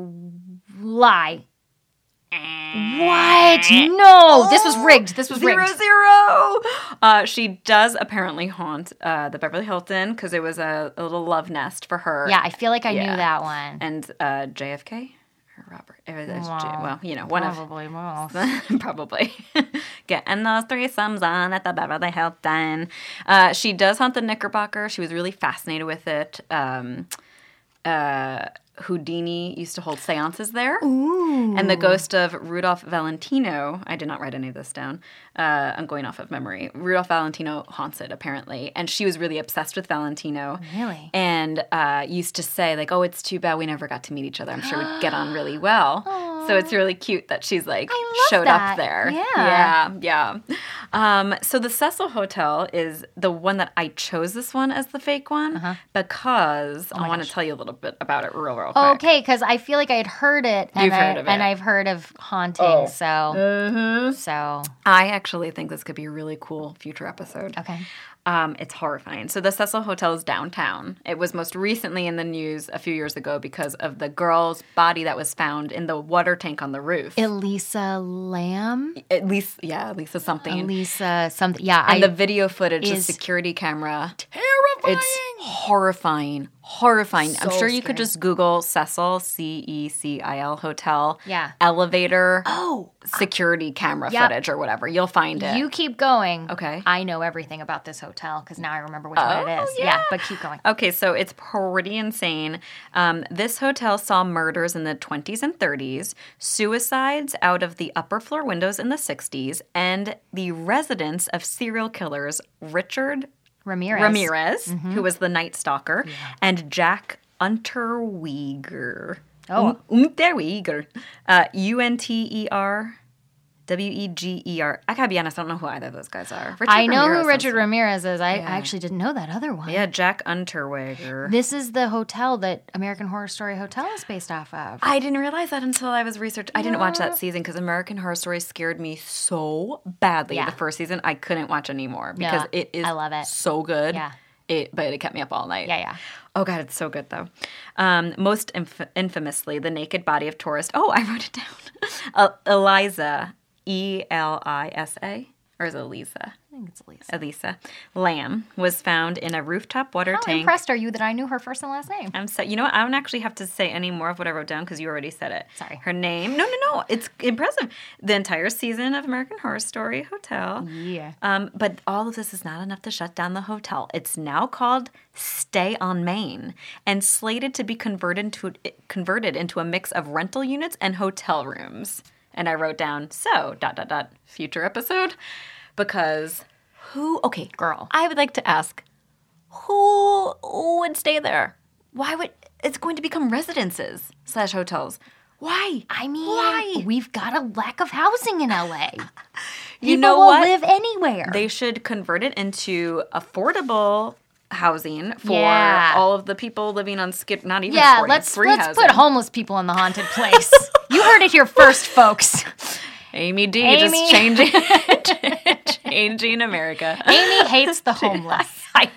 lie. What? No, this was rigged. This was Zero rigged. zero. Uh, she does apparently haunt uh, the Beverly Hilton because it was a, a little love nest for her. Yeah, I feel like I knew Yeah. that one. And uh, JFK or Robert. It was, it was J- Wow. well, you know, one of Probably both. probably getting those threesomes on at the Beverly Hilton. Uh, she does haunt the Knickerbocker. She was really fascinated with it. Um, uh, Houdini used to hold seances there. And the ghost of Rudolph Valentino, I did not write any of this down. Uh, I'm going off of memory. Rudolph Valentino haunts it, apparently. And she was really obsessed with Valentino. Really? And uh, used to say, like, oh, it's too bad we never got to meet each other. I'm sure we'd get on really well. So it's really cute that she's like I love showed that. up there. Yeah. Yeah. Yeah. Um, so the Cecil Hotel is the one that I chose this one as the fake one Uh-huh. because Oh I want to tell you a little bit about it real, real quick. Okay, because I feel like I had heard it, and You've I, heard of and it. Oh. Mm-hmm. I've heard of haunting. So, so I actually think this could be a really cool future episode. okay, Um, it's horrifying. So the Cecil Hotel is downtown. It was most recently in the news a few years ago because of the girl's body that was found in the water tank on the roof. Elisa Lamb, At least, yeah, at least it's something. Elisa something. Yeah, I and the video footage, is- the security camera. terrifying. It's horrifying, horrifying. I'm So sure you could scary. just Google Cecil C E C I L hotel, Yeah. elevator, oh, security camera Yep. footage or whatever. You'll find it. you keep going. Okay. I know everything about this hotel because now I remember which one it Oh, is. Yeah. but keep going. Okay, so it's pretty insane. Um, this hotel saw murders in the 20s and 30s, suicides out of the upper floor windows in the 60s, and the residence of serial killers Richard Ramirez. Ramirez, Mm-hmm. who was the Night Stalker, and Jack Unterweger. Oh. Unterweger. Uh, U N T E R W E G E R. I gotta be honest, I don't know who either of those guys are. Richard I know Ramirez who sounds- Richard Ramirez is. I, I actually didn't know that other one. Yeah, Jack Unterweger. This is the hotel that American Horror Story Hotel is based off of. I didn't realize that until I was researching. I didn't watch that season because American Horror Story scared me so badly. Yeah. The first season, I couldn't watch anymore because it is I love it. so good. Yeah. It, but it kept me up all night. Yeah, yeah. Oh god, it's so good though. Um, most inf- infamously, the naked body of tourist. Oh, I wrote it down. uh, Eliza, E L I S A, or is it Eliza? I think it's Elisa. Elisa Lamb was found in a rooftop water How tank. impressed are you that I knew her first and last name? I'm so you know what? I don't actually have to say any more of what I wrote down because you already said it. Sorry. Her name? No, no, no. It's impressive. The entire season of American Horror Story Hotel. Yeah. Um, but all of this is not enough to shut down the hotel. It's now called Stay on Main and slated to be converted to converted into a mix of rental units and hotel rooms. And I wrote down so dot dot dot future episode because who? Okay, Girl. I would like to ask who would stay there? Why would it's going to become residences slash hotels? Why? I mean, why? we've got a lack of housing in LA. People You know will what? live anywhere. they should convert it into affordable housing for Yeah. all of the people living on skip not even yeah, affordable, let's free let's housing. put homeless people in the haunted place. you heard it here first, folks. Amy D Amy. just changing changing America. Amy hates the homeless. I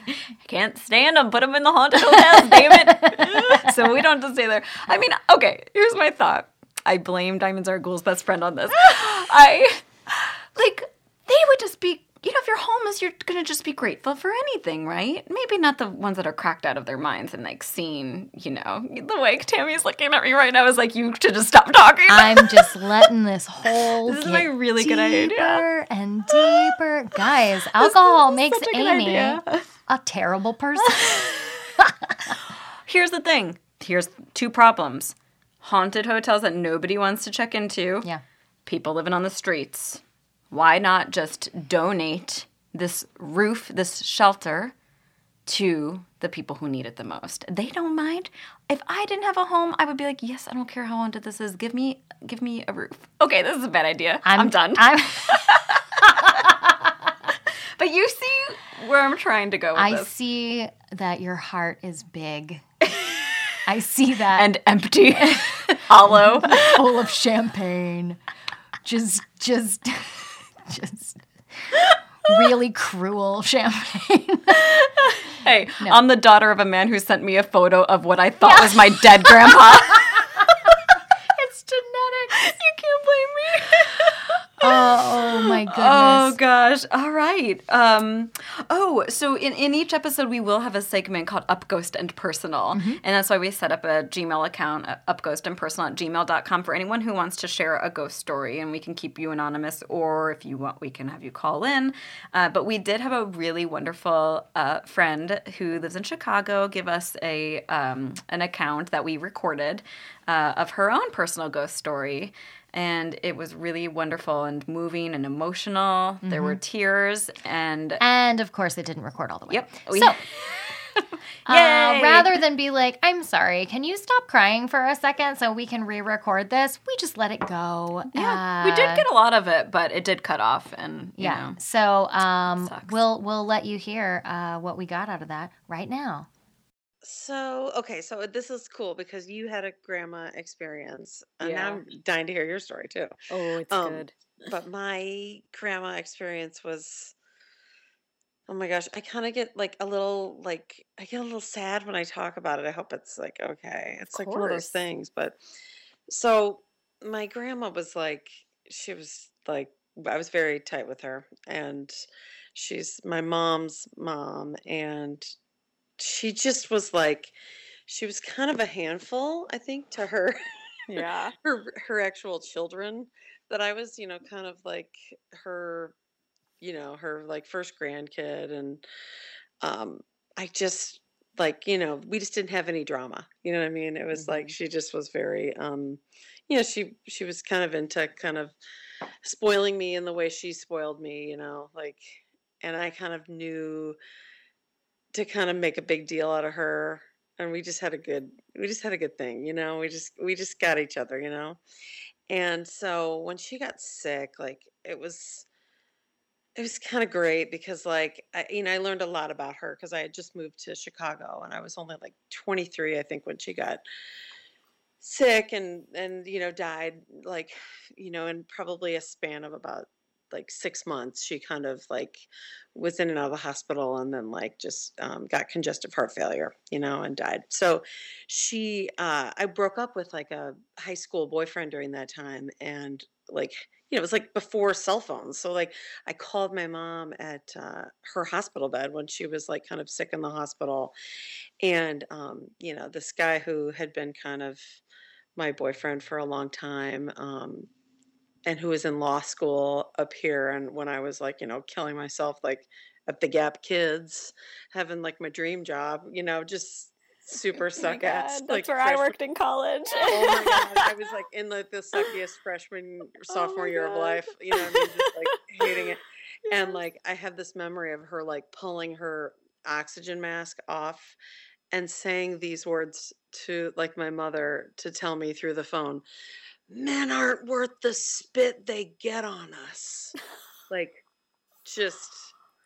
can't stand them. Put them in the haunted hotels, damn it. so we don't have to stay there. I mean, okay, here's my thought. I blame Diamonds Are Ghouls best friend on this. I like they would just be you know if you're homeless you're gonna just be grateful for anything right maybe not the ones that are cracked out of their minds and like seen you know the way tammy's looking at me right now is like you should just stop talking I'm just letting this whole This is get my really good idea. deeper and deeper. Guys, alcohol is makes such a good Amy idea. a terrible person. here's the thing here's two problems haunted hotels that nobody wants to check into yeah. people living on the streets. Why not just donate this roof, this shelter to the people who need it the most? They don't mind. If I didn't have a home, I would be like, "Yes, I don't care how haunted this is. Give me give me a roof." Okay, this is a bad idea. I'm, done. I'm, but you see where I'm trying to go with I this. see that your heart is big. I see that. and empty, hollow. full of champagne. Just, just, just really cruel champagne. Hey, I'm the daughter of a man who sent me a photo of what I thought was my dead grandpa. it's genetic. you can't blame me. Oh, my goodness. Oh gosh. All right. Um oh, so in, in each episode we will have a segment called Up Ghost and Personal. And that's why we set up a Gmail account, uh, upghostandpersonal at gmail.com for anyone who wants to share a ghost story and we can keep you anonymous or if you want we can have you call in. Uh, but we did have a really wonderful uh, friend who lives in Chicago give us a um, an account that we recorded uh, of her own personal ghost story and it was really wonderful and moving and emotional. There were tears and Mm-hmm. And of course, it didn't record all the way. yep. so, uh, Yay! rather than be like, I'm sorry, can you stop crying for a second so we can re record this? We just let it go. yeah, we did Uh, get a lot of it, but it did cut off and you yeah. know. So um, Sucks. we'll we'll let you hear uh, what we got out of that right now. So, okay, so uh, this is cool because you had a grandma experience. And Yeah. now I'm dying to hear your story too. Oh, it's Um, good. But my grandma experience was oh my gosh, I kind of get like a little like I get a little sad when I talk about it. I hope it's like okay. It's like one of course. those things, but so my grandma was like she was like I was very tight with her and she's my mom's mom and she just was like she was kind of a handful, I think, to her Yeah. her her actual children that I was, you know, kind of like her, you know, her like first grandkid, and um, I just like you know we just didn't have any drama. You know what I mean? It was like Mhm. she just was very, um, you know, she she was kind of into kind of spoiling me in the way she spoiled me. You know, like, and I kind of knew to kind of make a big deal out of her and we just had a good we just had a good thing you know we just we just got each other you know and so when she got sick like it was it was kind of great because like I, you know i learned a lot about her because i had just moved to chicago and i was only like 23 i think when she got sick and and you know died like you know in probably a span of about like six months she kind of like was in and out of the hospital and then like just um, got congestive heart failure you know and died so she uh, i broke up with like a high school boyfriend during that time and like you know it was like before cell phones so like i called my mom at uh, her hospital bed when she was like kind of sick in the hospital and um, you know this guy who had been kind of my boyfriend for a long time um, and who was in law school up here and when i was like you know killing myself like at the gap kids having like my dream job you know just Oh super suck ass like fresh- in college. oh my gosh i was like in like the suckiest freshman sophomore my year of God. life you know what i mean just like hating it and like i have this memory of her like pulling her oxygen mask off and saying these words to like my mother to tell me through the phone men aren't worth the spit they get on us like just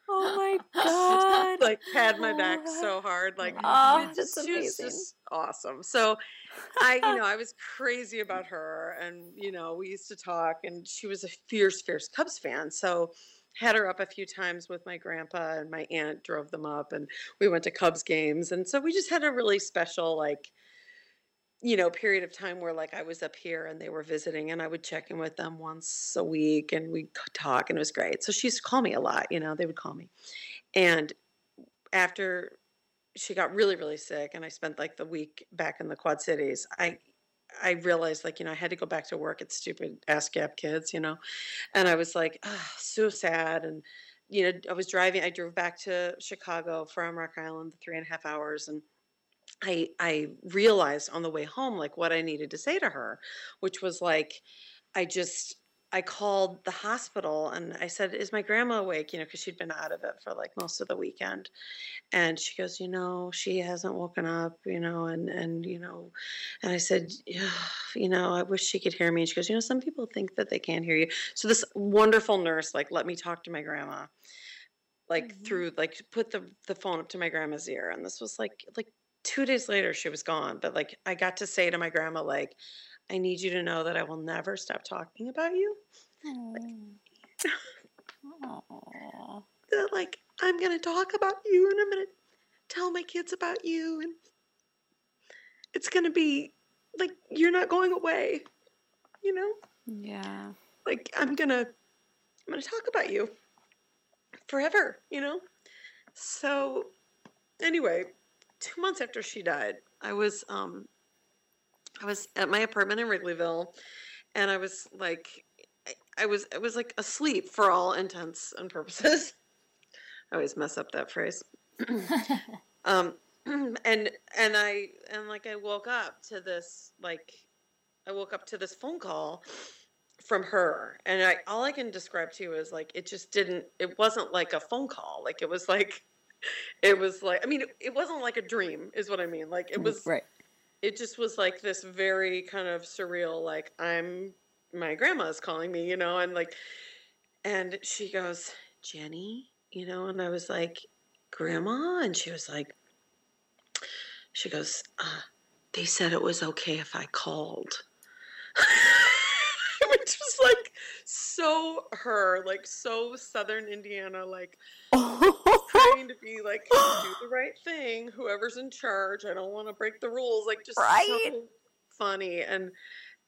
oh my just, god. like had my back so hard like Oh, it's that's she was amazing. just awesome so i you know i was crazy about her and you know we used to talk and she was a fierce fierce cubs fan so had her up a few times with my grandpa and my aunt drove them up and we went to cubs games and so we just had a really special like you know period of time where like i was up here and they were visiting and i would check in with them once a week and we'd c- talk and it was great so she used to call me a lot you know they would call me and after she got really really sick and i spent like the week back in the quad cities i i realized like you know i had to go back to work at stupid ascap kids you know and i was like ah, so sad and you know i was driving i drove back to chicago from rock island the three and a half hours and I I realized on the way home like what I needed to say to her, which was like, I just I called the hospital and I said, "Is my grandma awake?" You know, because she'd been out of it for like most of the weekend, and she goes, "You know, she hasn't woken up." You know, and and you know, and I said, "Yeah, "You know, I wish she could hear me." And she goes, "You know, some people think that they can't hear you." So this wonderful nurse like let me talk to my grandma, like Mhm. through like put the the phone up to my grandma's ear, and this was like like two days later she was gone but like i got to say to my grandma like i need you to know that i will never stop talking about you Aw. that like i'm going to talk about you and i'm going to tell my kids about you and it's going to be like you're not going away you know Yeah. like i'm going to i'm going to talk about you forever you know so anyway two months after she died, I was um, I was at my apartment in Wrigleyville, and I was like, I, I was I was like asleep for all intents and purposes. I always mess up that phrase. um, and and I and like I woke up to this like I woke up to this phone call from her and I all I can describe to you is like it just didn't it wasn't like a phone call like it was like it was like I mean it, it wasn't like a dream is what I mean like Hmm. it was right. it just was like this very kind of surreal like i'm my grandma's calling me you know and like and she goes jenny you know and i was like grandma and she was like she goes uh, they said it was okay if i called which was like so her like so southern indiana like trying to be like do the right thing whoever's in charge i don't want to break the rules like just Right. so funny and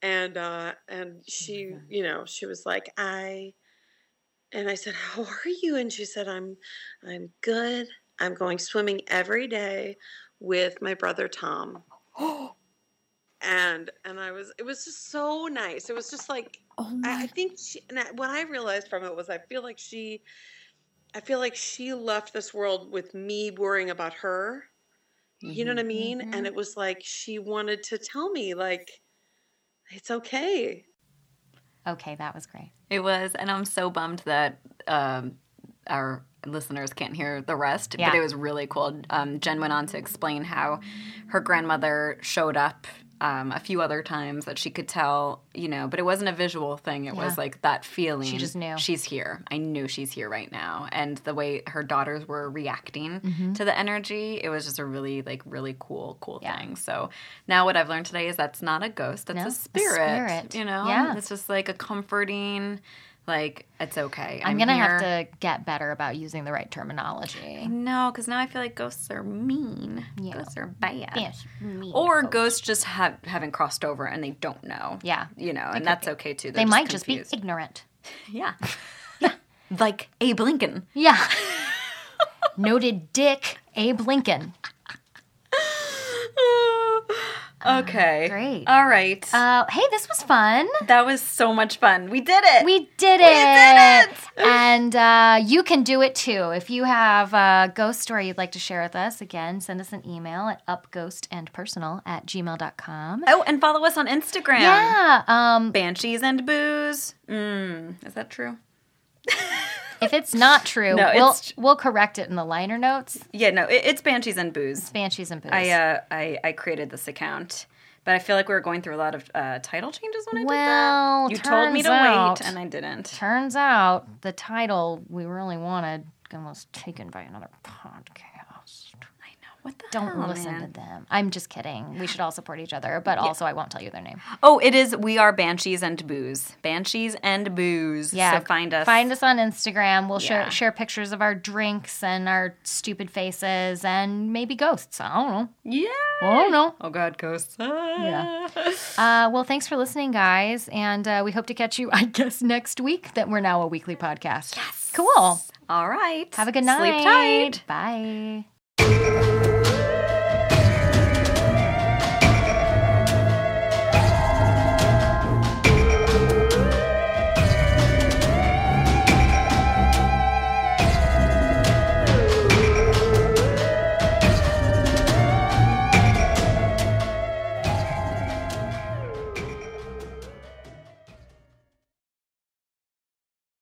and uh and she you know she was like i and i said how are you and she said i'm i'm good i'm going swimming every day with my brother tom oh and and i was it was just so nice it was just like I, I my. think she, and I, what I realized from it was I feel like she, I feel like she left this world with me worrying about her. You know what I mean? And it was like she wanted to tell me like it's okay. Okay, that was great. It was, and I'm so bummed that um, our listeners can't hear the rest. Yeah. But it was really cool. Um, Jen went on to explain how her grandmother showed up um, a few other times that she could tell, you know, but it wasn't a visual thing. It was Yeah. like that feeling. She just knew. she's here. I knew she's here right now, and the way her daughters were reacting Mm-hmm. to the energy, it was just a really like really cool, cool Yeah. thing. So now what I've learned today is that's not a ghost. That's No, a a spirit. spirit. You know, Yeah. it's just like a comforting, like it's okay. I'm, gonna have to get better about using the right terminology. No, because now I feel like ghosts are mean. Yeah. Ghosts are bad. Yes, mean Or ghost. ghosts just have haven't crossed over and they don't know. Yeah. You know, could and that's be. okay too. They They're might just be confused. ignorant. yeah. yeah. Like Abe Lincoln. Yeah. Noted dick Abe Lincoln. okay. Uh, great. All right. Uh, hey, this was fun. that was so much fun. We did it. We did it. did And uh, you can do it too. If you have a ghost story you'd like to share with us, again, send us an email at upghostandpersonal at gmail.com. oh, and follow us on Instagram. Yeah. Um, Banshees and booze. Mm, is that true? if it's not true, No, we'll it's- we'll correct it in the liner notes. Yeah, no, it, it's Banshees and booze. Banshees and booze. I, uh, I I created this account, but I feel like we were going through a lot of uh, title changes when I Well, did that. You told me turns to out- wait, and I didn't. Turns out the title we really wanted was taken by another podcast. I know. What the Don't Oh, listen man. to them. I'm just kidding. We should all support each other, but also I won't tell you their name. Oh, it is. We are banshees and booze. Banshees and booze. Yeah, so find us. Find us on Instagram. We'll Yeah. share share pictures of our drinks and our stupid faces and maybe ghosts. I don't know. Yeah. I don't know. Oh God, ghosts. Yeah. Uh, well, thanks for listening, guys, and uh, we hope to catch you, I guess, next week. That we're now a weekly podcast. Yes. Cool. All right. Have a good night. Sleep tight. Bye.